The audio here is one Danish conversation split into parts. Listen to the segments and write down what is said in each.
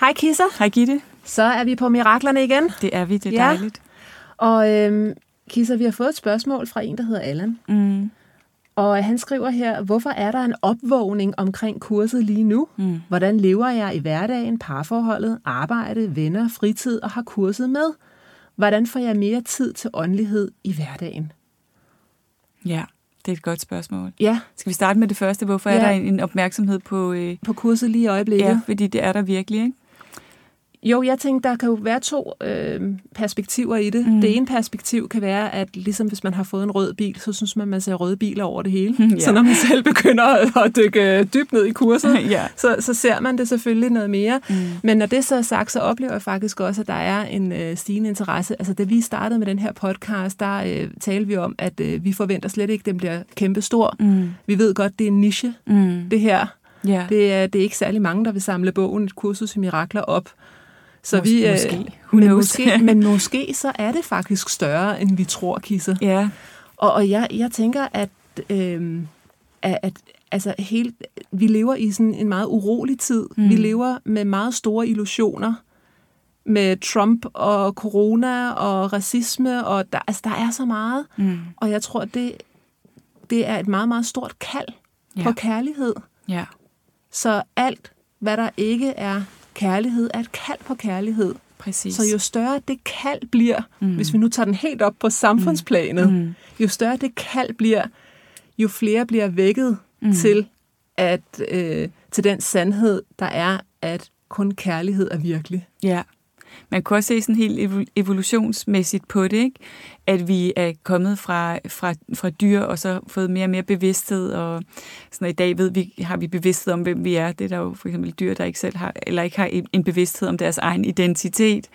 Hej Kisser. Hej Gitte, Så er vi på miraklerne igen. det er vi, det er Ja. dejligt. Og øhm, Kisser, vi har fået et spørgsmål fra en, der hedder Allan. Mm. Og øh, han skriver her, hvorfor er der en opvågning omkring kurset lige nu? Mm. Hvordan lever jeg i hverdagen, parforholdet, arbejde, venner, fritid og har kurset med? Hvordan får jeg mere tid til åndelighed i hverdagen? Ja, det er et godt spørgsmål. Ja, Skal vi starte med det første? Hvorfor ja. Ja. er der en, en opmærksomhed på... Øh, på kurset lige i øjeblikket. ja, fordi det er der virkelig, ikke? Jo, jeg tænkte, der kan jo være to øh, perspektiver i det. Mm. Mm. Det ene perspektiv kan være, at ligesom hvis man har fået en rød bil, så synes man, man ser røde biler over det hele. Ja. Så når man selv begynder at, at dykke øh, dybt ned i kurset, ja. så, så ser man det selvfølgelig noget mere. Mm. Men når det så er sagt, så oplever jeg faktisk også, at der er en øh, stigende interesse. Altså, da vi startede med den her podcast, der øh, talte vi om, at øh, vi forventer slet ikke, at den bliver kæmpestor. Mm. Vi ved godt, det er en niche, Mm. det her. Ja. Det er, det er ikke særlig mange, der vil samle bogen Et kursus i mirakler op. Så Mås- vi, øh, måske. Who Men knows? måske, men måske så er det faktisk større, end vi tror, Kisser. Ja, Og, og jeg, jeg tænker, at, øh, at, at altså, helt, vi lever i sådan en meget urolig tid. Mm. Vi lever med meget store illusioner med Trump og corona og racisme, og der, altså, der er så meget. Mm. Og jeg tror, det, det er et meget, meget stort kald Ja. ja. på kærlighed. ja. Så alt, hvad der ikke er kærlighed, er et kald på kærlighed. Præcis. Så jo større det kald bliver, mm. hvis vi nu tager den helt op på samfundsplanet, mm. jo større det kald bliver, jo flere bliver vækket mm. til at øh, til den sandhed, der er, at kun kærlighed er virkelig. Ja. Man kunne også se sådan helt evo- evolutionsmæssigt på det, ikke? at vi er kommet fra, fra, fra dyr og så fået mere og mere bevidsthed, og sådan, og i dag ved vi, har vi bevidsthed om, hvem vi er. Det er der jo for eksempel dyr, der ikke selv har, eller ikke har en- en bevidsthed om deres egen identitet.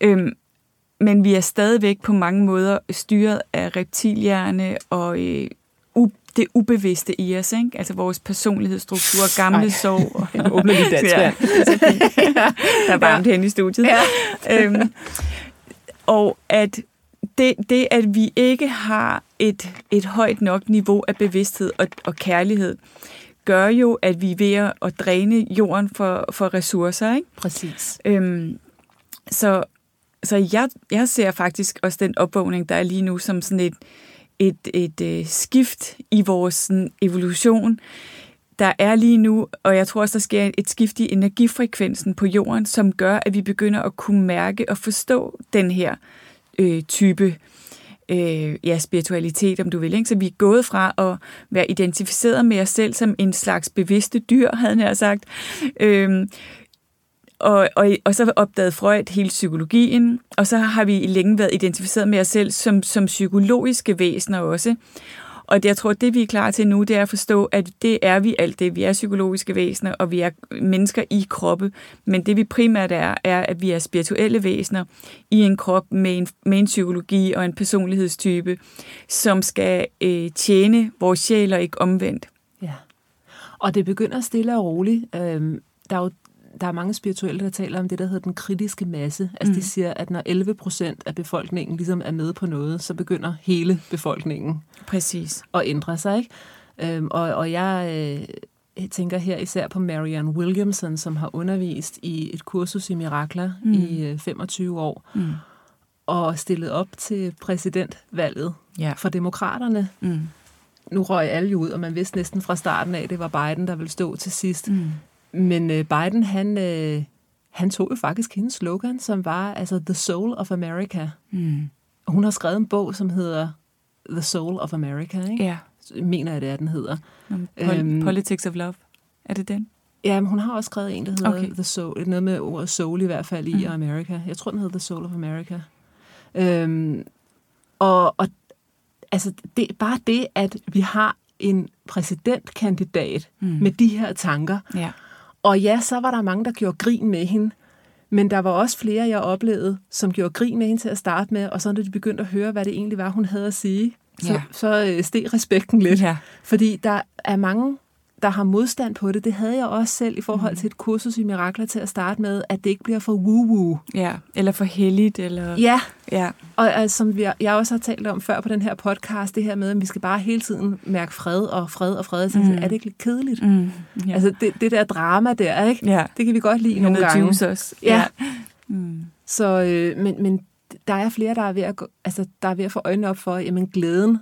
Øhm, men vi er stadigvæk på mange måder styret af reptilhjerne og øh, u- det ubevidste i os, ikke? altså vores personlighedsstruktur, gamle Ej. sorg. og- Jeg åbner lige dansk Ja. vand. Der er varmt ja. hen i studiet. Ja. øhm, og at det, det, at vi ikke har et, et højt nok niveau af bevidsthed og, og kærlighed, gør jo, at vi er ved at- at dræne jorden for, for ressourcer. Ikke? Præcis. Øhm, så så jeg, jeg ser faktisk også den opvågning, der er lige nu, som sådan et, et, et øh, skift i vores sådan, evolution. Der er lige nu, og jeg tror også, der sker et skift i energifrekvensen på jorden, som gør, at vi begynder at kunne mærke og forstå den her øh, type øh, ja, spiritualitet, om du vil. Ikke? Så vi er gået fra at være identificeret med os selv som en slags bevidste dyr, havde jeg sagt, øhm, og, og, og så opdagede Freud hele psykologien, og så har vi længe været identificeret med os selv som, som psykologiske væsener også. Og det, jeg tror, det vi er klar til nu, det er at forstå, at det er vi alt det. Vi er psykologiske væsener, og vi er mennesker i kroppe. Men det vi primært er, er, at vi er spirituelle væsener i en krop med en, med en psykologi og en personlighedstype, som skal øh, tjene vores sjæl og ikke omvendt. Ja. Og det begynder stille og roligt. Øhm, der er jo der er mange spirituelle, der taler om det, der hedder den kritiske masse. Altså mm. de siger, at når 11 procent af befolkningen ligesom er med på noget, så begynder hele befolkningen Præcis. at ændre sig. Ikke? Øhm, og, og jeg øh, tænker her især på Marianne Williamson, som har undervist i et kursus i mirakler mm. i øh, 25 år, mm. og stillet op til præsidentvalget Ja. for demokraterne Mm. nu røg alle jo ud, og man vidste næsten fra starten af, at det var Biden, der ville stå til sidst. Mm. Mm. Men øh, Biden, han, øh, han tog jo faktisk hendes slogan, som var altså The Soul of America. Mm. Og hun har skrevet en bog, som hedder The Soul of America, ikke? Ja. mener jeg det er, den hedder. Om pol- Øhm. Politics of Love. Er det den? Ja, men hun har også skrevet en, der hedder Okay. okay. The Soul, noget med ordet soul i hvert fald i, Mm. mm. og America. Jeg tror, den hedder The Soul of America. Øhm, og, og altså, det, bare det, at vi har en præsidentkandidat mm. med de her tanker, Ja. og ja, så var der mange, der gjorde grin med hende. Men der var også flere, jeg oplevede, som gjorde grin med hende til at starte med, og så når de begyndte at høre, hvad det egentlig var, hun havde at sige, så, Ja. så øh, steg respekten lidt. Ja. Fordi der er mange, der har modstand på det. Det havde jeg også selv i forhold Mhm. til et kursus i Mirakler til at starte med, at det ikke bliver for woo-woo. ja. Eller for heldigt, eller... Ja, ja. og altså, som vi, jeg også har talt om før på den her podcast, det her med, at vi skal bare hele tiden mærke fred og fred og fred. Så mm. er det ikke lidt kedeligt? Mm. Mm. Mhm. ja. Altså det, det der drama der, ikke? ja. Det kan vi godt lide Med nogle noget gange. juice også. Ja. Mm. Så, øh, men, men der er flere, der er ved at, gå, altså, der er ved at få øjnene op for, jamen glæden,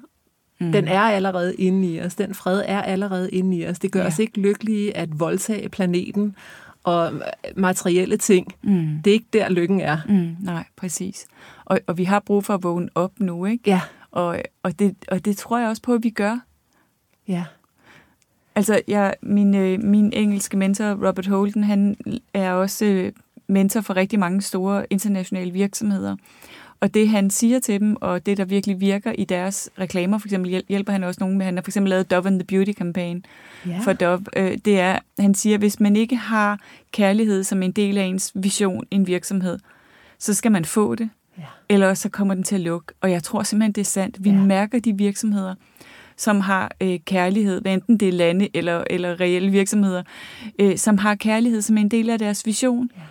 Mm. mm. den er allerede inde i os. Den fred er allerede inde i os. Det gør Ja. ja. os ikke lykkelige at voldtage planeten og øh, materielle ting. Mm. Det er ikke der, lykken er. Mm. Nej, præcis. Og, og vi har brug for at vågne op nu, ikke? Ja, Og, og, det, og det tror jeg også på, at vi gør. ja. Altså, jeg, min, øh, min engelske mentor, Robert Holden, han er også øh, mentor for rigtig mange store internationale virksomheder. Og det, han siger til dem, og det, der virkelig virker i deres reklamer, for eksempel hjæl- hjælper han også nogen med, han har for eksempel lavet Dove and the Beauty-kampagne, ja. for Dove, øh, det er, han siger, hvis man ikke har kærlighed som en del af ens vision i en virksomhed, så skal man få det, Ja. eller så kommer den til at lukke. Og jeg tror simpelthen, det er sandt. Vi ja. Ja. mærker de virksomheder, som har øh, kærlighed, hvad enten det er lande eller, eller reelle virksomheder, øh, som har kærlighed som en del af deres vision. Ja.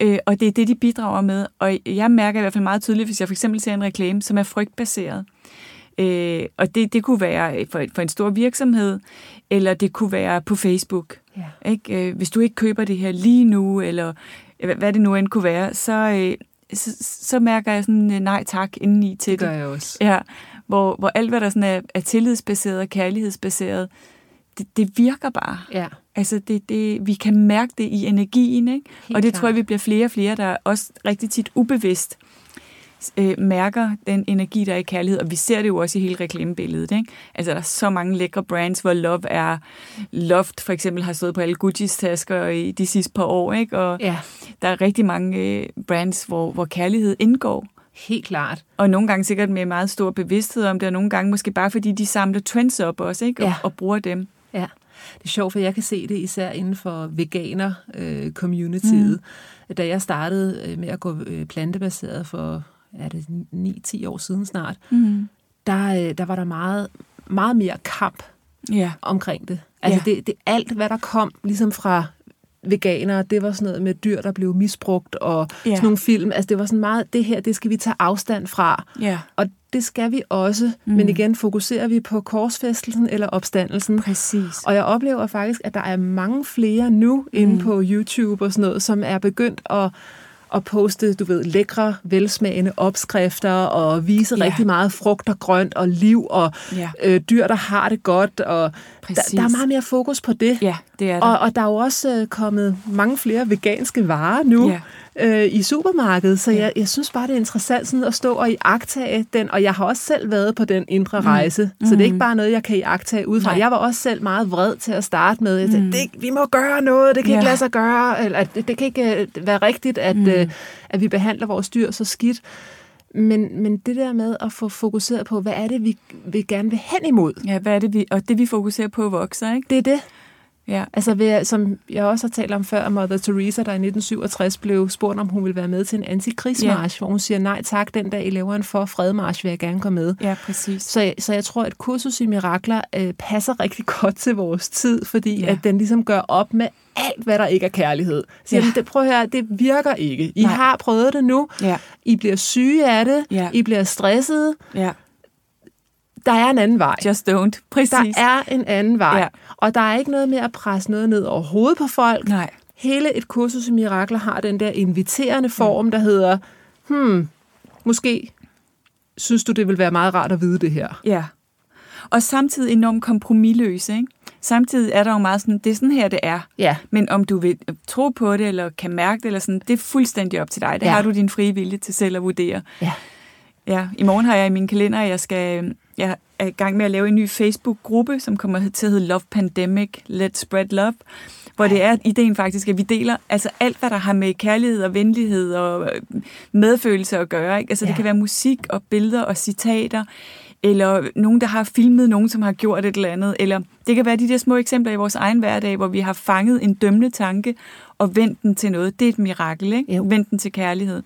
Øh, og det er det, de bidrager med. Og jeg mærker i hvert fald meget tydeligt, hvis jeg for eksempel ser en reklame, som er frygtbaseret, Øh, og det, det kunne være øh, for, for en stor virksomhed, eller det kunne være på Facebook. ja. Ikke? Øh, hvis du ikke køber det her lige nu, eller hva- hvad det nu end kunne være, så, øh, så, så mærker jeg sådan øh, nej tak indeni til Det det. gør jeg også. Ja, hvor, hvor alt, hvad der sådan er, er tillidsbaseret og kærlighedsbaseret, det, det virker bare. Ja, Altså, det, det, vi kan mærke det i energien, ikke? Helt og det klart. tror jeg, vi bliver flere og flere, der også rigtig tit ubevidst øh, mærker den energi, der er i kærlighed. Og vi ser det jo også i hele reklamebilledet, ikke? Altså, der er så mange lækre brands, hvor love er... Loft for eksempel har stået på alle Gucci's tasker i de sidste par år, ikke? Og ja. der er rigtig mange øh, brands, hvor, hvor kærlighed indgår. helt klart. Og nogle gange sikkert med meget stor bevidsthed om det, og nogle gange måske bare fordi, de samler trends op også, ikke? Og, Ja. og bruger dem. Ja, det er sjovt, for jeg kan se det især inden for veganer-communityet. Mm. Da jeg startede øh, med at gå øh, plantebaseret for er det 9-10 år siden snart, Mm. der, øh, der var der meget, meget mere kamp Ja. omkring det. Altså Ja. ja. det, det alt, hvad der kom ligesom fra veganere, det var sådan noget med dyr, der blev misbrugt, og Ja. ja. sådan nogle film. Altså det var sådan meget, det her, det skal vi tage afstand fra. Ja, Og det skal vi også, mm. men igen fokuserer vi på korsfæstelsen eller opstandelsen. præcis. Og jeg oplever faktisk, at der er mange flere nu mm. inde på YouTube og sådan noget, som er begyndt at, at poste, du ved, lækre, velsmagende opskrifter og vise Ja. ja. rigtig meget frugt og grønt og liv og Ja. øh, dyr, der har det godt. Og der, Præcis. der er meget mere fokus på det. Ja, det er det. Og, og der er jo også øh, kommet mange flere veganske varer nu Ja. ja. øh, i supermarkedet, så jeg, jeg synes bare, det er interessant sådan at stå og iagtage den, og jeg har også selv været på den indre rejse, så det er ikke bare noget, jeg kan iagtage udefra. Mm. Nej. Mm. Jeg var også selv meget vred til at starte med. Jeg tænkte, det, vi må gøre noget, det kan Ja. ikke lade sig gøre, eller at det, det kan ikke øh, være rigtigt, at, mm. øh, at vi behandler vores dyr så skidt. Men, men det der med at få fokuseret på, hvad er det, vi, vi gerne vil hen imod, Ja, hvad er det, vi, og det vi fokuserer på vokser, ikke? det er det. Ja, Altså, ved, at- som jeg også har talt om før, Mother Teresa, der i 1967 blev spurgt, om hun ville være med til en antikrigsmarsch, ja. hvor hun siger, nej tak, den dag I laver en for fredmarsch, vil jeg gerne komme med. ja præcis. Så, jeg- så jeg tror, at kursus i mirakler øh, passer rigtig godt til vores tid, fordi Ja. ja. at den ligesom gør op med alt, hvad der ikke er kærlighed. Så Ja. ja. jamen, det, prøv at høre, det virker ikke. I Nej. nej. har prøvet det nu. Ja, I bliver syge af det. Ja. I bliver stressede. ja. Der er en anden vej. Just don't. Der Præcis. er en anden vej. Ja. Ja. Og der er ikke noget med at presse noget ned over hovedet på folk. Nej. Hele et kursus i mirakler har den der inviterende form, der hedder, hmm, måske synes du, det vil være meget rart at vide det her. Ja. Og samtidig enormt kompromilløse, ikke? Samtidig er der jo meget sådan, det er sådan her, det er. Ja, Men om du vil øh, tro på det, eller kan mærke det, eller sådan, det er fuldstændig op til dig. Det ja. Ja. har du din frie vilje til selv at vurdere. ja. Ja, i morgen har jeg i min kalender, at jeg skal øh, jeg er i gang med at lave en ny Facebook-gruppe, som kommer til at hedde Love Pandemic, Let's Spread Love, hvor det er at ideen faktisk, at vi deler altså alt, hvad der har med kærlighed og venlighed og øh, medfølelse at gøre. Ikke? Altså ja. det kan være musik og billeder og citater, eller nogen, der har filmet nogen, som har gjort et eller andet, eller det kan være de der små eksempler i vores egen hverdag, hvor vi har fanget en dømmende tanke og vendt den til noget. Det er et mirakel, ikke? Jo. Vendt den til kærlighed.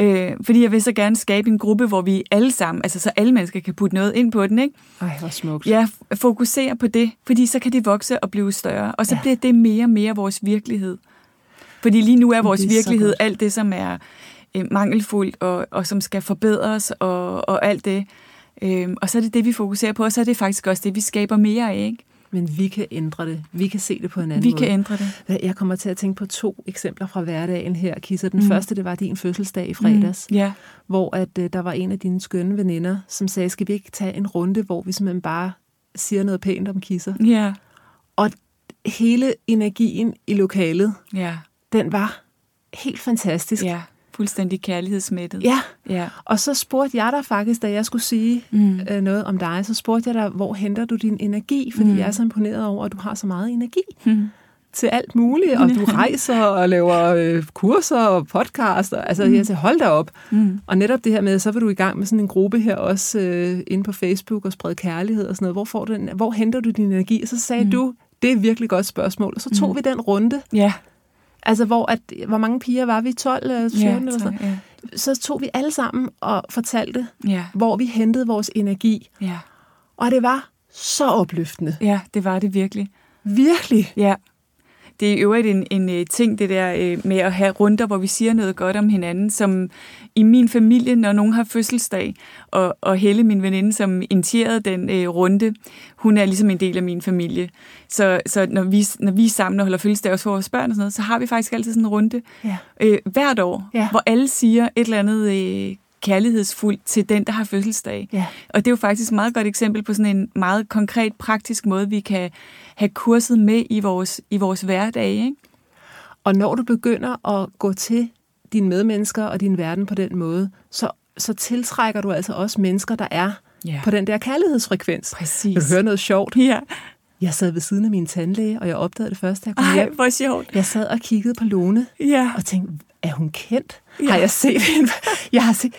Øh, fordi jeg vil så gerne skabe en gruppe, hvor vi alle sammen, altså så alle mennesker kan putte noget ind på den, ikke? Ej, hvor smukt. Ja, f- fokusere på det, fordi så kan det vokse og blive større, og så Ja. ja. bliver det mere og mere vores virkelighed. Fordi lige nu er vores det er er så virkelighed godt. alt det, som er øh, mangelfuldt og, og som skal forbedres og, og alt det. Øhm, og så er det det, vi fokuserer på, og så er det faktisk også det, vi skaber mere af. Ikke? Men vi kan ændre det. Vi kan se det på en anden Vi måde. kan ændre det. Jeg kommer til at tænke på to eksempler fra hverdagen her, Kisser. Den mm. Mm. første, det var din fødselsdag i fredags, mm. Ja, hvor at, øh, der var en af dine skønne veninder, som sagde, skal vi ikke tage en runde, hvor vi simpelthen bare siger noget pænt om Kisser? ja, Og hele energien i lokalet, ja, den var helt fantastisk. ja. Fuldstændig kærlighedsmættet. ja. ja. Og så spurgte jeg dig faktisk, da jeg skulle sige mm. Mm. øh, noget om dig, så spurgte jeg dig, hvor henter du din energi? Fordi mm. Mm. jeg er så imponeret over, at du har så meget energi Hmm. til alt muligt, og du rejser og laver øh, kurser og podcast. Og, altså, mm. jeg siger, hold da op. Mm. Og netop det her med, så vil du i gang med sådan en gruppe her også øh, inde på Facebook og sprede kærlighed og sådan noget. Hvor, får du den, hvor henter du din energi? Og så sagde mm. du, det er et virkelig godt spørgsmål. Og så tog mm. vi den runde. Ja, Altså, hvor, at, hvor mange piger var vi? 12, øh, 14 ja, eller sådan tak, noget? ja, Så tog vi alle sammen og fortalte, ja, hvor vi hentede vores energi. ja. Og det var så opløftende. Ja, det var det virkelig. Virkelig. Ja. Det er i øvrigt en, en øh, ting, det der øh, med at have runder, hvor vi siger noget godt om hinanden, som i min familie, når nogen har fødselsdag, og, og Helle, min veninde, som initierede den øh, runde, hun er ligesom en del af min familie. Så, så når, vi, når vi er sammen og holder fødselsdag også for vores børn og sådan noget, så har vi faktisk altid sådan en runde Ja. øh, hvert år, Ja. hvor alle siger et eller andet øh, kærlighedsfuldt til den, der har fødselsdag. Ja. Og det er jo faktisk et meget godt eksempel på sådan en meget konkret, praktisk måde, vi kan have kurset med i vores, i vores hverdag. Ikke? Og når du begynder at gå til dine medmennesker og din verden på den måde, så, så tiltrækker du altså også mennesker, der er Ja. på den der kærlighedsfrekvens. Præcis. Vil du høre noget sjovt? Ja. Jeg sad ved siden af min tandlæge, og jeg opdagede det først, da jeg kom Ej, hjem. hvor sjovt. Jeg sad og kiggede på Lone Ja. og tænkte, er hun kendt? Ja. Har jeg set hende? Jeg har set...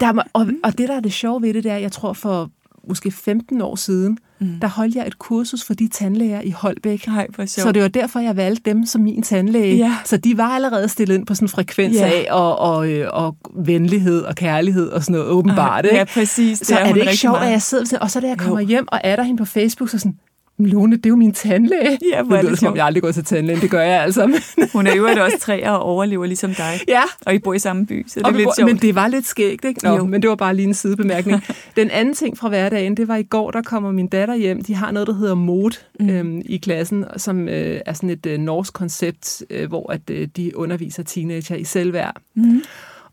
Der, må- og, og det, der er det sjove ved det, det er, jeg tror for måske 15 år siden, mm. der holdt jeg et kursus for de tandlæger i Holbæk. Ej, hvor sjovt. Så det var derfor, jeg valgte dem som min tandlæge. Ja. Så de var allerede stillet ind på sådan en frekvens Ja. af og, og, øh, og venlighed og kærlighed og sådan noget, åbenbart. Ej, ikke? Ja, præcis. så er, hun det ikke rigtig sjovt, meget. at jeg sidder ved siden- og så da jeg kommer hjem og er der hende på Facebook, så sådan, Lone, det er jo min tandlæge. Ja, hvor det er lyder det som om, sjovt. jeg aldrig går til tandlægen. Det gør jeg altså. Men, Hun er i øvrigt også træer og overlever ligesom dig. ja. Og I bor i samme by, så det er Og vi lidt bor- sjovt. Men det var lidt skægt, ikke? Nå, Jo. men det var bare lige en sidebemærkning. Den anden ting fra hverdagen, det var i går, der kommer min datter hjem. De har noget, der hedder MOD mm. øhm, i klassen, som øh, er sådan et øh, norsk koncept, øh, hvor at, øh, de underviser teenager i selvværd. Mm.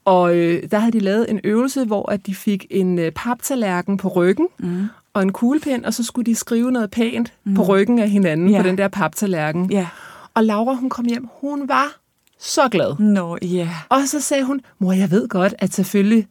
Og øh, der havde de lavet en øvelse, hvor at de fik en øh, paptallerken på ryggen Mm. og en kuglepind, og så skulle de skrive noget pænt mm. på ryggen af hinanden Ja. på den der paptallerken. Ja. Og Laura, hun kom hjem, hun var så glad. Nå, ja. Og så sagde hun, mor, jeg ved godt, at selvfølgelig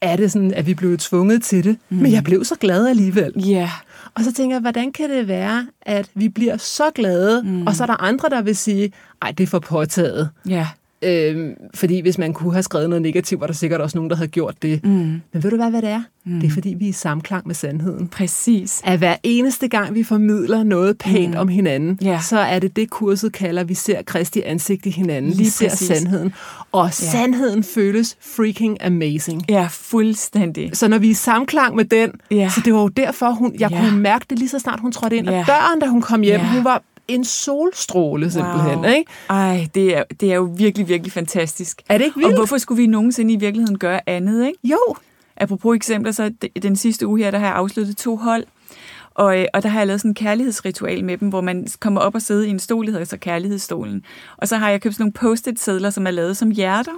er det sådan, at vi blev tvunget til det, mm. men jeg blev så glad alligevel. Ja. Og så tænker jeg, hvordan kan det være, at vi bliver så glade, mm. og så er der andre, der vil sige, ej, det er for påtaget. Ja. Øhm, fordi hvis man kunne have skrevet noget negativt, var der sikkert også nogen, der havde gjort det. Mm. Mm. Men ved du hvad, hvad det er? Mm. Det er fordi, vi er i samklang med sandheden. Præcis. At hver eneste gang, vi formidler noget pænt mm. om hinanden, Ja. så er det det, kurset kalder, vi ser Kristi ansigt i hinanden. vi Lige ser præcis. sandheden. Og sandheden føles freaking amazing. Ja, fuldstændig. Så når vi er i samklang med den, Ja. så det var jo derfor, hun, jeg Ja. kunne mærke det lige så snart hun trådte ind. Ja. Og døren, da hun kom hjem, Ja. hun var en solstråle simpelthen. Wow. Ikke? Ej, det er, det er jo virkelig, virkelig fantastisk. Er det ikke Og vildt? hvorfor skulle vi nogensinde i virkeligheden gøre andet, ikke? Jo. Apropos eksempler, så d- den sidste uge her, der har jeg afsluttet to hold, og, øh, og der har jeg lavet sådan en kærlighedsritual med dem, hvor man kommer op og sidder i en stol, der hedder så kærlighedsstolen. Og så har jeg købt sådan nogle post-it sedler, som er lavet som hjerter.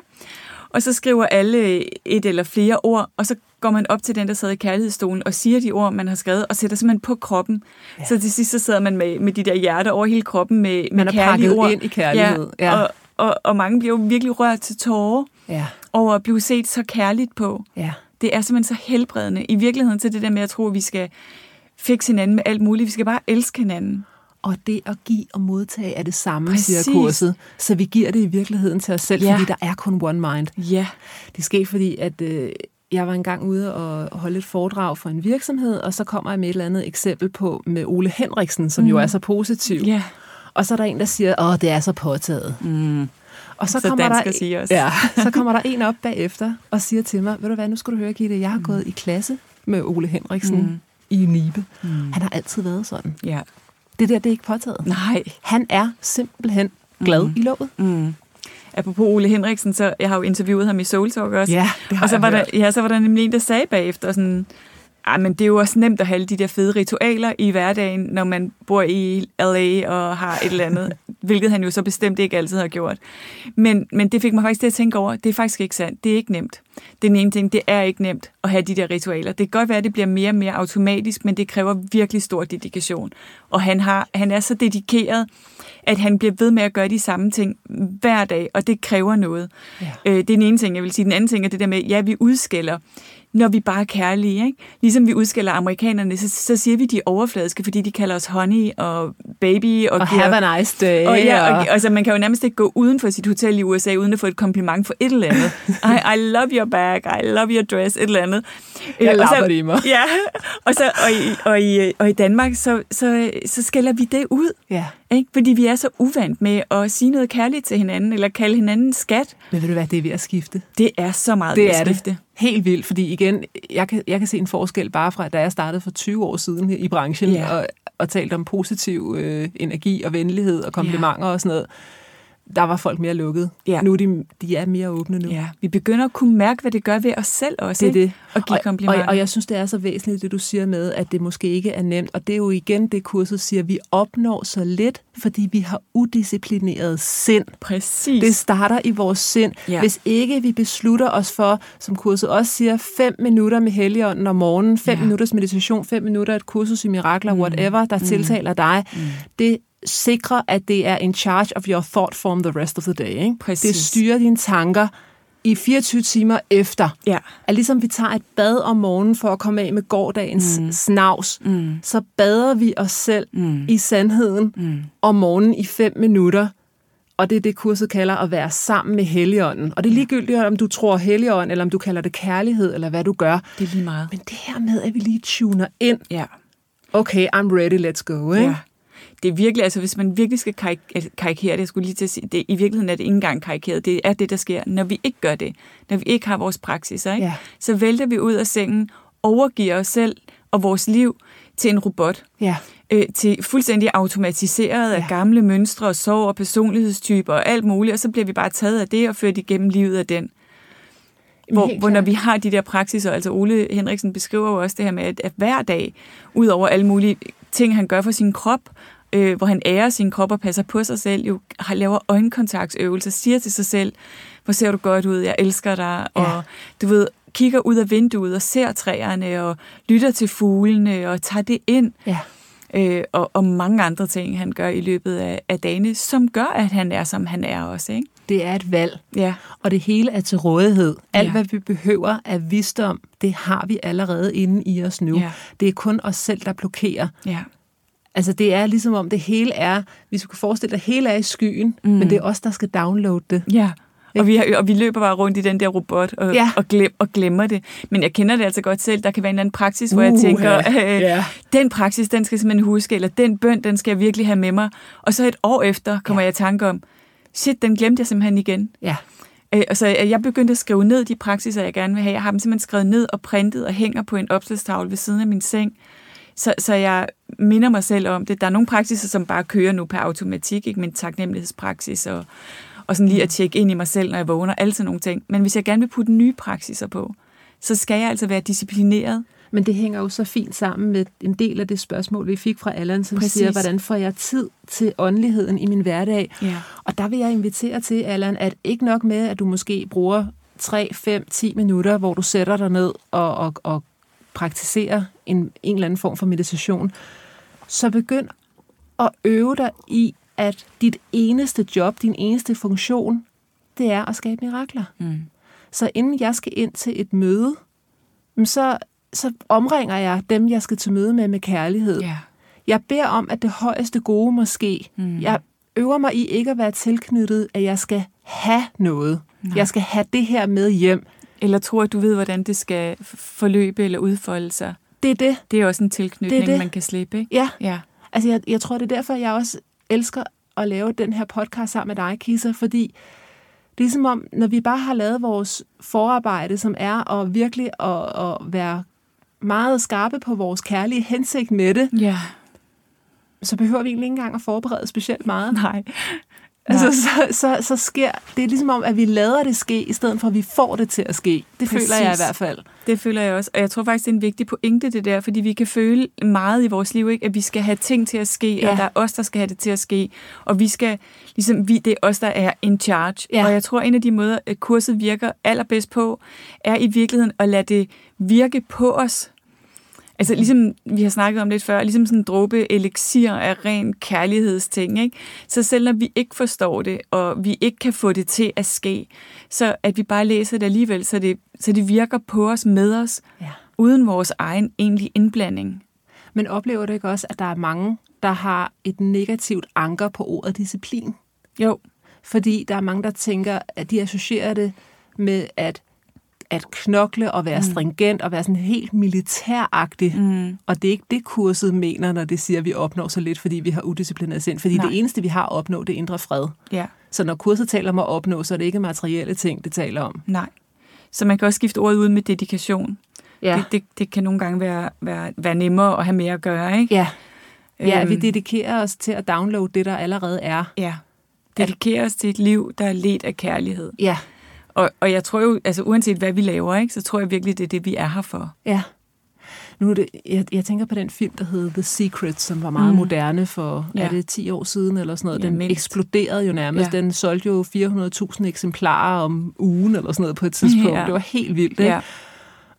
Og så skriver alle øh, et eller flere ord, og så går man op til den, der sidder i kærlighedsstolen, og siger de ord, man har skrevet, og sætter simpelthen på kroppen. Ja. Så til sidst så sidder man med, med de der hjerter over hele kroppen med, med Man er kærlige pakket ord. ind i kærlighed, ja. Og, og, og mange bliver jo virkelig rørt til tårer Ja. over at blive set så kærligt på. Ja. Det er simpelthen så helbredende i virkeligheden til det der med at tro, at vi skal fikse hinanden med alt muligt. Vi skal bare elske hinanden. Og det at give og modtage er det samme, Præcis. Præcis. siger kurset. Så vi giver det i virkeligheden til os selv, Ja. ja. fordi der er kun one mind. Ja. Det skete, fordi at øh, jeg var engang ude og holde et foredrag for en virksomhed, og så kommer jeg med et eller andet eksempel på med Ole Henriksen, som mm. jo er så positiv. Ja. Og så er der en, der siger, åh, det er så påtaget. Mm. Og så, Så kommer der, dansker siger også. ja, så kommer der en op bagefter og siger til mig, ved du hvad, nu skal du høre, Gitte, jeg har mm. gået i klasse med Ole Henriksen mm. i Nibe. Mm. Han har altid været sådan. Ja. Det der, det er ikke påtaget. Nej. Han er simpelthen glad mm. i låget. Mm. Apropos Ole Henriksen, så jeg har jo interviewet ham i Soul Talk også. Ja, det har og så jeg var der, hørt. ja, så var der nemlig en, der sagde bagefter sådan, "Ej, men det er jo også nemt at have alle de der fede ritualer i hverdagen, når man bor i LA og har et eller andet, hvilket han jo så bestemt ikke altid har gjort. Men, men det fik mig faktisk til at tænke over, det er faktisk ikke sandt, det er ikke nemt. Det er den ene ting, det er ikke nemt at have de der ritualer. Det kan godt være, at det bliver mere og mere automatisk, men det kræver virkelig stor dedikation. Og han, har, han er så dedikeret, at han bliver ved med at gøre de samme ting hver dag, og det kræver noget. Ja. Øh, det er den ene ting, jeg vil sige. Den anden ting er det der med, ja, vi udskiller, når vi bare er kærlige. Ikke? Ligesom vi udskiller amerikanerne, så, så siger vi, de er overfladiske, fordi de kalder os honey og baby. Og, Og giver- have a nice day. og ja, og, altså, man kan jo nærmest ikke gå uden for sit hotel i USA, uden at få et kompliment for et eller andet. I, I love your bag, I love your dress, et eller andet. Øh, og så- lapper det i mig. Ja, og, så, og, i, og, i, og i Danmark, så, så, så skælder vi det ud. ja. Ikke? Fordi vi er så uvant med at sige noget kærligt til hinanden, eller kalde hinanden skat. Men ved du hvad, det er ved at skifte. Det er så meget ved at skifte. Helt vildt, fordi igen, jeg kan, jeg kan se en forskel bare fra, da jeg startede for 20 år siden i branchen Ja. yeah. og, og talte om positiv øh, energi og venlighed og komplimenter yeah. og sådan noget. Der var folk mere lukket. Ja. Nu er de, de er mere åbne nu. Ja, vi begynder at kunne mærke, hvad det gør ved os selv også. Det ikke? er det. At give og, komplimenter. og, og jeg synes, det er så væsentligt, det du siger med, at det måske ikke er nemt. Og det er jo igen det, kurset siger, vi opnår så lidt, fordi vi har udisciplineret sind. Præcis. Det starter i vores sind. Ja. Ja. Hvis ikke vi beslutter os for, som kurset også siger, fem minutter med helligånden om morgenen, fem Ja. ja. minutters meditation, fem minutter et kursus i mirakler, mm. whatever, der mm. tiltaler dig, mm. det sikrer, at det er in charge of your thought form the rest of the day. Ikke? Præcis. Det styrer dine tanker i 24 timer efter. Ja. At ligesom vi tager et bad om morgenen for at komme af med gårdagens mm. snavs, Mm. så bader vi os selv Mm. mm. i sandheden Mm. om morgenen i fem minutter. Og det er det, kurset kalder at være sammen med Helligånden. Og det er ligegyldigt, om du tror Helligånden, eller om du kalder det kærlighed, eller hvad du gør. Det er lige meget. Men det her med, at vi lige tuner ind. Ja. Okay, I'm ready, let's go. Ikke? ja. Det er virkelig, altså hvis man virkelig skal karik- altså, karikere det, jeg skulle lige til at sige, det, i virkeligheden er det ikke engang karikeret, det er det, der sker, når vi ikke gør det, når vi ikke har vores praksiser, ikke? Ja. så vælter vi ud af sengen, overgiver os selv og vores liv til en robot, ja. øh, til fuldstændig automatiseret af gamle mønstre og sorg og personlighedstyper og alt muligt, og så bliver vi bare taget af det og ført igennem livet af den. Hvor, helt hvor når klart. vi har de der praksiser, altså Ole Henriksen beskriver jo også det her med, at, at hver dag, ud over alle mulige ting, han gør for sin krop, øh, hvor han ærer sin krop og passer på sig selv, jo har, laver øjenkontaktsøvelser, siger til sig selv, hvor ser du godt ud, jeg elsker dig, ja. Ja. og du ved, kigger ud af vinduet og ser træerne, og lytter til fuglene, og tager det ind Ja. øh, og, og mange andre ting, han gør i løbet af, af dagene, som gør, at han er, som han er også. Ikke? Det er et valg. Ja, Og det hele er til rådighed. Alt, Ja. ja. hvad vi behøver af visdom, det har vi allerede inde i os nu. Ja. Det er kun os selv, der blokerer. ja, Altså det er ligesom om det hele er, hvis du kan forestille dig, det hele er i skyen, mm. men det er os, der skal downloade det. ja. Og vi, har, og vi løber bare rundt i den der robot og, ja. Ja. og, glem, og glemmer det. Men jeg kender det altså godt selv. Der kan være en eller anden praksis, hvor jeg Uha, tænker, øh, ja. den praksis, den skal jeg simpelthen huske, eller den bøn, den skal jeg virkelig have med mig. Og så et år efter kommer jeg i tanke om, shit, den glemte jeg simpelthen igen. Ja. Øh, og så øh, jeg begyndte at skrive ned de praksiser, jeg gerne vil have. Jeg har dem simpelthen skrevet ned og printet og hænger på en opslagstavle ved siden af min seng. Så, så jeg minder mig selv om det. Der er nogle praksiser, som bare kører nu per automatik, ikke? min taknemmelighedspraksis og, og sådan Mm. lige at tjekke ind i mig selv, når jeg vågner, alle sådan nogle ting. Men hvis jeg gerne vil putte nye praksiser på, så skal jeg altså være disciplineret. Men det hænger jo så fint sammen med en del af det spørgsmål, vi fik fra Allan, som Præcis. Præcis. siger, hvordan får jeg tid til åndeligheden i min hverdag? Ja. Og der vil jeg invitere til, Allan, at ikke nok med, at du måske bruger 3, 5, 10 minutter, hvor du sætter dig ned og, og, og praktiserer en, en eller anden form for meditation, så begynd at øve dig i, at dit eneste job, din eneste funktion, det er at skabe mirakler. Mm. Så inden jeg skal ind til et møde, jamen så, så omringer jeg dem, jeg skal til møde med, med kærlighed. Ja. Jeg beder om, at det højeste gode må ske. Mm. Jeg øver mig i ikke at være tilknyttet, at jeg skal have noget. Nej. Jeg skal have det her med hjem. Eller tror, at du ved, hvordan det skal f- forløbe eller udfolde sig. Det er det. Det er også en tilknytning, Det er det. man kan slippe, ikke? Ja. Ja. Altså, jeg, jeg tror, det er derfor, jeg også elsker at lave den her podcast sammen med dig, Kisser, fordi det er som om, når vi bare har lavet vores forarbejde, som er at virkelig at, at være meget skarpe på vores kærlige hensigt med det, Ja. så behøver vi egentlig ikke engang at forberede specielt meget. Nej. Altså, så, så, så sker det er ligesom om, at vi lader det ske, i stedet for, at vi får det til at ske. Det Præcis. føler jeg i Præcis. hvert fald. Det føler jeg også. Og jeg tror faktisk, det er en vigtig pointe, det der, fordi vi kan føle meget i vores liv, ikke? at vi skal have ting til at ske, Ja. ja. og der er os, der skal have det til at ske, og vi skal, ligesom vi, det er os, der er in charge. Ja. Og jeg tror, en af de måder, at kurset virker allerbedst på, er i virkeligheden at lade det virke på os. Altså ligesom vi har snakket om lidt før, ligesom sådan en dråbe elixir af ren kærlighedsting, ikke? Så selv når vi ikke forstår det, og vi ikke kan få det til at ske, så at vi bare læser det alligevel, så det, så det virker på os, med os, Ja. uden vores egen egentlig indblanding. Men oplever du ikke også, at der er mange, der har et negativt anker på ordet disciplin? Jo, Fordi der er mange, der tænker, at de associerer det med at, at knokle og være mm. stringent og være sådan helt militæragtig. Mm. Og det er ikke det, kurset mener, når det siger, at vi opnår så lidt, fordi vi har udisciplineret sind. Fordi Nej. Nej. det eneste, vi har at opnå, det er indre fred. ja, Så når kurset taler om at opnå, så er det ikke materielle ting, det taler om. nej. Så man kan også skifte ordet ud med dedikation. Ja. Det, det, det kan nogle gange være, være, være nemmere at have mere at gøre, ikke? Ja, ja Øhm, vi dedikerer os til at downloade det, der allerede er. ja. Dedikere os til et liv, der er let af kærlighed. Ja, Og, og jeg tror jo, altså uanset hvad vi laver, ikke, så tror jeg virkelig, det er det, vi er her for. ja. Nu er det, jeg, jeg tænker på den film, der hed The Secret, som var meget mm. moderne for, ja. er Ja. det 10 år siden eller sådan noget? Ja, Den mindst. eksploderede jo nærmest. Ja. Ja. Den solgte jo 400.000 eksemplarer om ugen eller sådan noget på et tidspunkt. Ja. Ja. Det var helt vildt, ikke? Ja.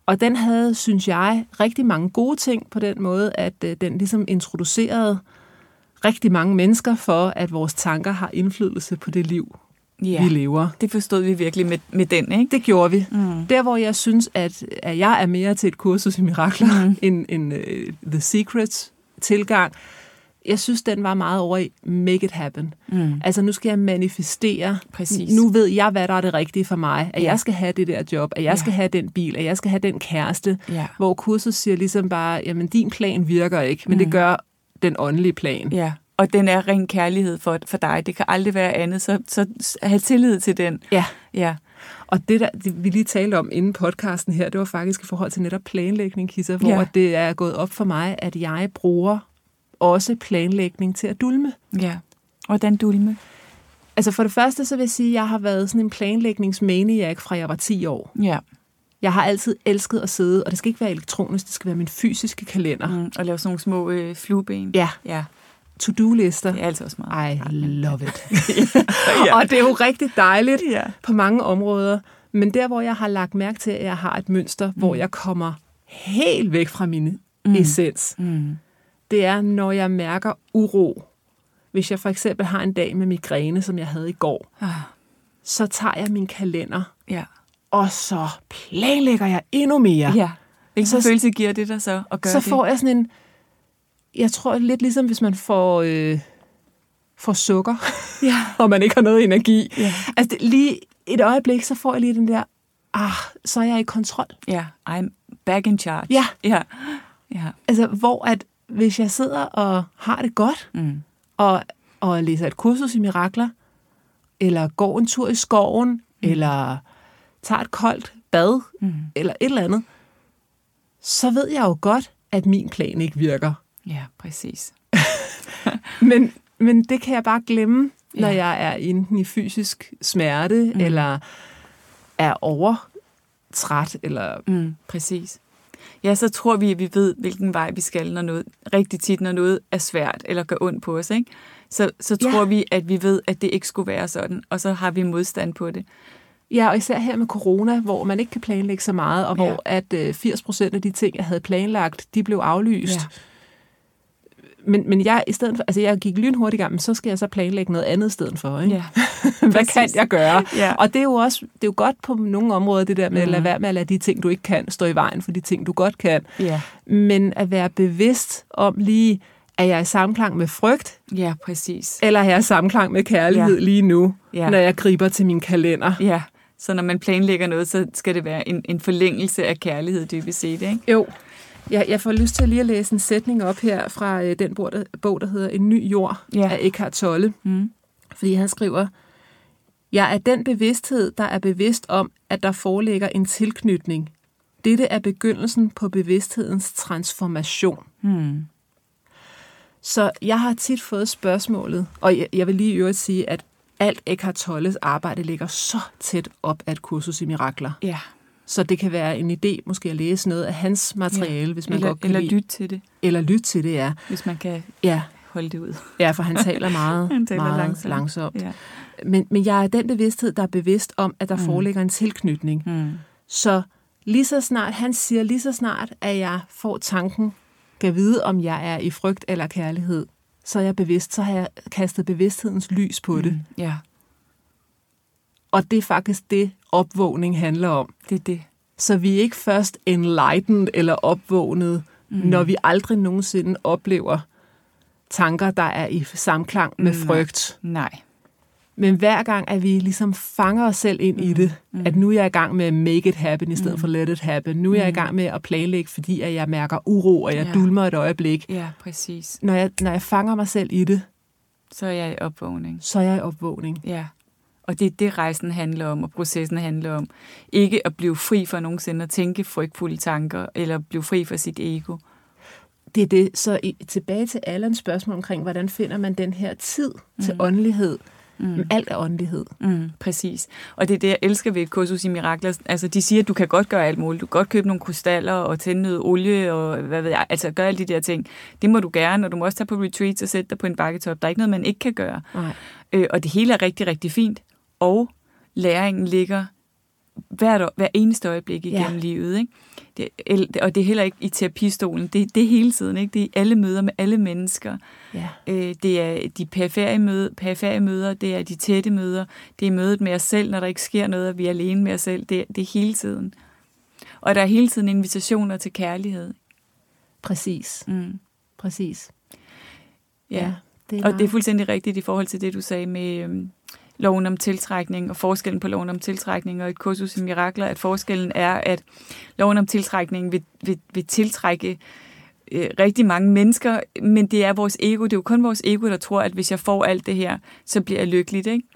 Og den havde, synes jeg, rigtig mange gode ting på den måde, at øh, den ligesom introducerede rigtig mange mennesker for, at vores tanker har indflydelse på det liv, ja. vi ja. lever. Det forstod vi virkelig med, med den, ikke? Det gjorde vi. Mm. Der, hvor jeg synes, at, at jeg er mere til et kursus i mirakler Mhm. mm. end, end uh, The Secrets tilgang, jeg synes, den var meget over i make it happen. Mm. Altså, nu skal jeg manifestere. Præcis. Nu ved jeg, hvad der er det rigtige for mig. At jeg skal have det der job, at jeg skal have den bil, at jeg skal have den kæreste. Ja. Hvor kurset siger ligesom bare, jamen, din plan virker ikke, men mm. det gør den åndelige plan. Mhm. Ja, og den er ren kærlighed for, for dig. Det kan aldrig være andet, så, så have tillid til den. Ja. Ja, Og det, der, det, vi lige talte om inden podcasten her, det var faktisk i forhold til netop planlægning, Kisser, hvor Ja. ja. det er gået op for mig, at jeg bruger også planlægning til at dulme. ja. Hvordan dulme? Altså for det første, så vil jeg sige, at jeg har været sådan en planlægningsmaniac fra jeg var 10 år. Ja, Jeg har altid elsket at sidde, og det skal ikke være elektronisk, det skal være min fysiske kalender. Mm. mm, og lave sådan nogle små øh, flueben. Ja, ja. to-do-lister. Det er altså også meget. I love it. Ja. Og det er jo rigtig dejligt Ja. på mange områder. Men der, hvor jeg har lagt mærke til, at jeg har et mønster, mm. hvor jeg kommer helt væk fra min mm. essens, Mm. det er, når jeg mærker uro. Hvis jeg for eksempel har en dag med migræne, som jeg havde i går, Ah, så tager jeg min kalender, ja. og så planlægger jeg endnu mere. ja. Hvilken Så- så, følelse giver det dig så at gøre så det? får jeg sådan en... Jeg tror lidt ligesom, hvis man får, øh, får sukker, Ja. og man ikke har noget energi. Ja. Altså det, lige et øjeblik, så får jeg lige den der, ah, så er jeg i kontrol. ja, I'm back in charge. Ja. Ja, ja. Altså hvor at, hvis jeg sidder og har det godt, Mm. og, og læser et kursus i mirakler, eller går en tur i skoven, mm. eller tager et koldt bad, mm. eller et eller andet, så ved jeg jo godt, at min plan ikke virker. ja præcis. Men, men det kan jeg bare glemme, når Ja. jeg er enten i fysisk smerte, mm. eller er overtræt, eller... Mm, præcis. Ja, så tror vi, at vi ved, hvilken vej vi skal, når noget, rigtig tit, når noget er svært eller gør ondt på os. Ikke? Så, så Ja. tror vi, at vi ved, at det ikke skulle være sådan, og så har vi modstand på det. Ja, og især her med corona, hvor man ikke kan planlægge så meget, og Ja. hvor at øh, 80 procent af de ting, jeg havde planlagt, de blev aflyst. Ja. men, men jeg, i stedet for, altså jeg gik lynhurtigt i gang, men så skal jeg så planlægge noget andet i stedet for. Ikke? Ja. Hvad kan præcis. jeg gøre? Ja. Mm. Og det er jo også det er jo godt på nogle områder, det der med at Mhm. lade være med at lade de ting, du ikke kan, stå i vejen for de ting, du godt kan. Ja, Men at være bevidst om lige, er jeg i samklang med frygt, ja præcis. eller er jeg i samklang med kærlighed Ja. lige nu, Ja. når jeg griber til min kalender? Ja, så når man planlægger noget, så skal det være en, en forlængelse af kærlighed dybest set, ikke? Jo. Jeg, jeg får lyst til lige at læse en sætning op her fra øh, den bog der, bog, der hedder En ny jord Ja. af Eckhart Tolle. Mm. Fordi han skriver, Jeg er den bevidsthed, der er bevidst om, at der foreligger en tilknytning. Dette er begyndelsen på bevidsthedens transformation. Hmm. Så jeg har tit fået spørgsmålet, og jeg, jeg vil lige i øvrigt sige, at alt Eckhart Tolles arbejde ligger så tæt op af et kursus i mirakler. Ja, Så det kan være en idé måske at læse noget af hans materiale, ja. hvis man eller, godt kan eller lide. lytte til det, Eller lytte til det, ja. hvis man kan Ja, holde det ud. ja for han taler meget, Han taler meget langsomt. langsomt. langsomt. Ja. Men, men jeg er den bevidsthed, der er bevidst om, at der mm. foreligger en tilknytning. Mm. Så lige så snart, han siger lige så snart, at jeg får tanken, kan vide, om jeg er i frygt eller kærlighed, så er jeg bevidst, så har jeg kastet bevidsthedens lys på det. Mm. Ja, Og det er faktisk det, opvågning handler om. det er det. Så vi er ikke først enlightened eller opvågnet, mm. når vi aldrig nogensinde oplever tanker, der er i samklang med Nej. frygt. Nej. Men hver gang, at vi ligesom fanger os selv ind Mm. i det, at nu er jeg i gang med at make it happen i stedet for let it happen. Nu er jeg i gang med at planlægge, fordi at jeg mærker uro, og jeg Mm. Ja. dulmer et øjeblik. Ja, præcis. Når jeg, når jeg fanger mig selv i det, Så er jeg i opvågning. så er jeg i opvågning. Ja. Og det er det, rejsen handler om, og processen handler om. Ikke at blive fri for nogensinde at tænke frygtfulde tanker, eller blive fri for sit ego. Det er det. Så i, tilbage til Allans spørgsmål omkring, hvordan finder man den her tid til åndelighed? Mm. Alt er åndelighed. Mm, præcis. Og det er det, jeg elsker ved et kursus i Mirakler. Altså, de siger, at du kan godt gøre alt muligt. Du kan godt købe nogle krystaller og tænde noget olie og hvad ved jeg. Altså, gøre alle de der ting. Det må du gerne, og du må også tage på retreats og sætte dig på en bakketop. Der er ikke noget, man ikke kan gøre. Nej. Øh, og det hele er rigtig, rigtig fint. Og læringen ligger hvert, år- hver eneste øjeblik igennem Ja. livet. Ikke? Det, el- og det er heller ikke i terapistolen. Det, det er hele tiden. Ikke? Det er i alle møder med alle mennesker. Ja. Øh, det er de perifære møde, perifære møder, det er de tætte møder, det er mødet med os selv, når der ikke sker noget, og vi er alene med os selv. Det, det er hele tiden. Og der er hele tiden invitationer til kærlighed. Præcis. Mm. Præcis. Ja. Det er Og det er meget- fuldstændig rigtigt i forhold til det, du sagde med øhm, loven om tiltrækning og forskellen på loven om tiltrækning og et kursus i mirakler, at forskellen er, at loven om tiltrækning vil, vil, vil tiltrække øh, rigtig mange mennesker, men det er vores ego, det er jo kun vores ego, der tror, at hvis jeg får alt det her, så bliver jeg lykkeligt, ikke?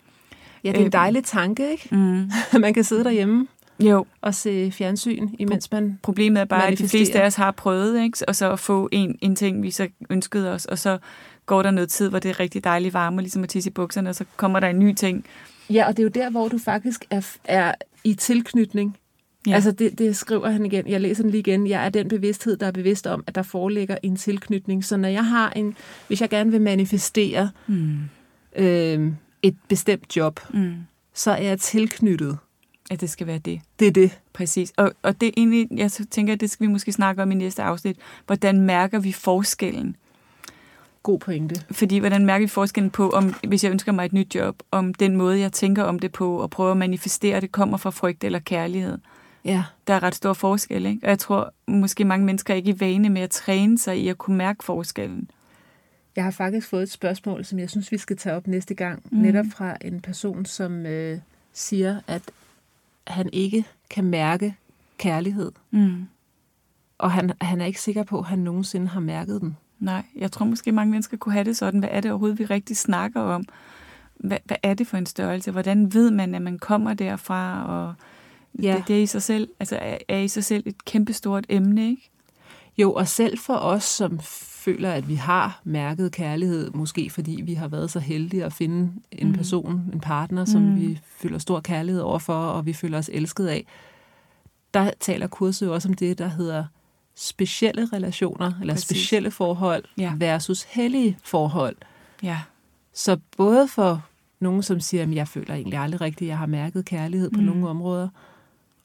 ja, det er øh, en dejlig tanke, ikke? Mm. Man kan sidde derhjemme Jo, og se fjernsyn, imens man problemet er bare, at de Manifestere. fleste af os har prøvet, ikke? og så at få en, en ting, vi så ønskede os, og så går der noget tid, hvor det er rigtig dejligt varme, ligesom at tisse i bukserne, og så kommer der en ny ting. Ja, og det er jo der, hvor du faktisk er, er i tilknytning. Ja. Ja. Altså, det, det skriver han igen. Jeg læser den lige igen. Jeg er den bevidsthed, der er bevidst om, at der foreligger en tilknytning. Så når jeg har en... Hvis jeg gerne vil manifestere Mm. øh, et bestemt job, Mm. så er jeg tilknyttet. At det skal være det. Det er det. Præcis. Og, og det er egentlig, jeg så tænker, at det skal vi måske snakke om i næste afsnit. Hvordan mærker vi forskellen? God pointe. Fordi hvordan mærker vi forskellen på, om, hvis jeg ønsker mig et nyt job, om den måde, jeg tænker om det på, og prøver at manifestere, det kommer fra frygt eller kærlighed? Ja. der er ret stor forskel, ikke? Og jeg tror måske mange mennesker er ikke i vane med at træne sig i at kunne mærke forskellen. Jeg har faktisk fået et spørgsmål, som jeg synes, vi skal tage op næste gang. Mm. Netop fra en person, som øh, siger, at han ikke kan mærke kærlighed. Mm. Og han, han er ikke sikker på, at han nogensinde har mærket den. Nej, jeg tror måske mange mennesker kunne have det sådan. Hvad er det overhovedet, vi rigtig snakker om? Hvad, hvad er det for en størrelse? Hvordan ved man, at man kommer derfra? Og ja. Ja. det, det er i sig selv, altså er, er i sig selv et kæmpestort emne, ikke? Jo, og selv for os, som føler, at vi har mærket kærlighed, måske fordi vi har været så heldige at finde en Mm. person, en partner, som Mm. vi føler stor kærlighed overfor, og vi føler os elsket af, der taler kurset jo også om det, der hedder specielle relationer, eller Præcis. Præcis. specielle forhold Ja. ja. versus hellige forhold. Ja. Så både for nogen, som siger, at jeg føler egentlig aldrig rigtigt, at jeg har mærket kærlighed på Mm. mm. nogle områder,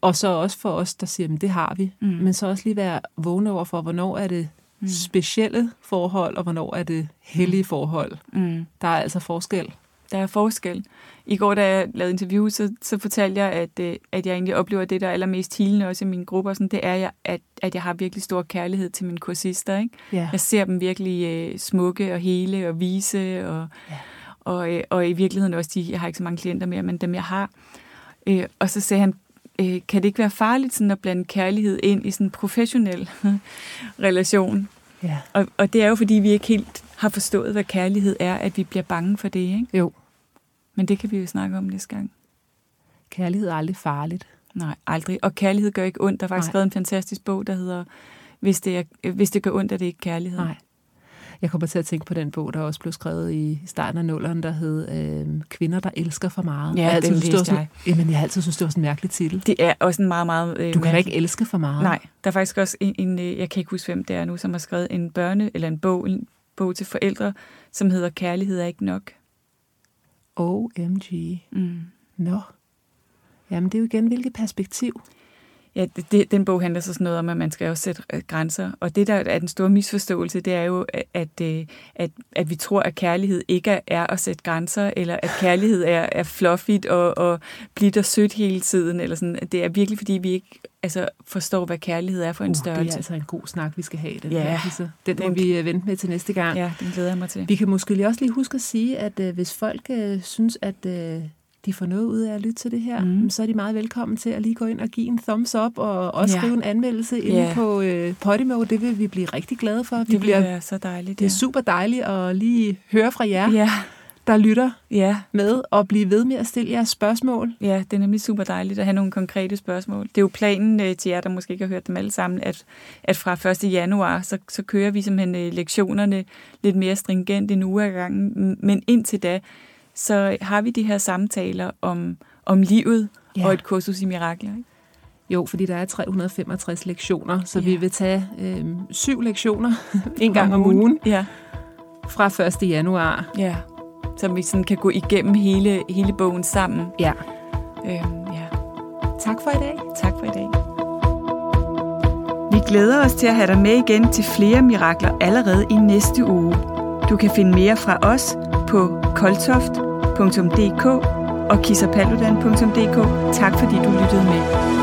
og så også for os, der siger, at det har vi. Mm. Men så også lige være vågne over for, hvornår er det mm. specielle forhold, og hvornår er det hellige forhold. Mm. Der er altså forskel. Der er forskel. I går, da jeg lavede interview, så, så fortalte jeg, at, øh, at jeg egentlig oplever det, der er allermest hilende også i mine grupper. Sådan, det er, jeg, at, at jeg har virkelig stor kærlighed til mine kursister. Ikke? Ja. Jeg ser dem virkelig øh, smukke og hele og vise, og, Ja. ja. og, øh, og i virkeligheden også de, jeg har ikke så mange klienter mere, men dem jeg har. Øh, og så sagde han, øh, kan det ikke være farligt sådan at blande kærlighed ind i sådan en professionel relation? Ja. Og, og det er jo, fordi vi ikke helt har forstået, hvad kærlighed er, at vi bliver bange for det, ikke? Jo, Men det kan vi jo snakke om næste gang. kærlighed er aldrig farligt. Nej, aldrig. Og kærlighed gør ikke ondt. Der er faktisk Nej. skrevet en fantastisk bog, der hedder hvis det, er, øh, hvis det gør ondt, er det ikke kærlighed. Nej. Jeg kommer til at tænke på den bog, der også blev skrevet i starten af nulleren, der hed øh, Kvinder, der elsker for meget. Ja, jeg har den synes, det var læste sådan, Jamen, jeg har altid synes, det var sådan en mærkelig titel. Det er også en meget, meget... Øh, Du kan da mærkelig- ikke elske for meget. Nej, der er faktisk også en, en, øh, jeg kan ikke huske, hvem det er nu, som har skrevet en børne, eller en bog, en bog til forældre, som hedder Kærlighed er ikke nok. OMG. Mm. Nå. Jamen, det er jo igen, hvilket perspektiv. Ja, det, det, den bog handler så sådan noget om, at man skal også sætte øh, grænser. Og det, der er den store misforståelse, det er jo, at, at, øh, at, at vi tror, at kærlighed ikke er- er at sætte grænser, eller at kærlighed er, er fluffigt og, og blidt og sødt hele tiden. Eller sådan. Det er virkelig, fordi vi ikke altså, forstår, hvad kærlighed er for en Uh, det er størrelse. altså en god snak, vi skal have. i Den, Ja. her, Lisa. den må Den- vi øh, vente med til næste gang. Ja, den glæder jeg mig til. Vi kan måske lige også lige huske at sige, at øh, hvis folk øh, synes, at øh, de får noget ud af at lytte til det her, Mhm. mm. så er de meget velkommen til at lige gå ind og give en thumbs up og også Ja. skrive en anmeldelse inde Ja. på øh, Podimo. Det vil vi blive rigtig glade for. Vi Det bliver, bliver det være så dejligt. er ja. super dejligt at lige høre fra jer, Ja, der lytter ja, med, og blive ved med at stille jeres spørgsmål. ja, det er nemlig super dejligt at have nogle konkrete spørgsmål. Det er jo planen øh, til jer, der måske ikke har hørt dem alle sammen, at, at fra 1. januar, så, så kører vi simpelthen øh, lektionerne lidt mere stringent en uge ad gangen. M- Men indtil da, så har vi de her samtaler om, om livet Ja. ja. og et kursus i mirakler. Ikke? Jo, fordi der er 365 lektioner, så Ja. vi vil tage øh, syv lektioner en gang om ugen Ja, fra 1. januar. ja. Så vi sådan kan gå igennem hele, hele bogen sammen. Ja. Øhm, ja. Tak for i dag. Tak for i dag. Vi glæder os til at have dig med igen til flere mirakler allerede i næste uge. Du kan finde mere fra os på koltoft.dk og kissapaludan.dk. Tak fordi du lyttede med.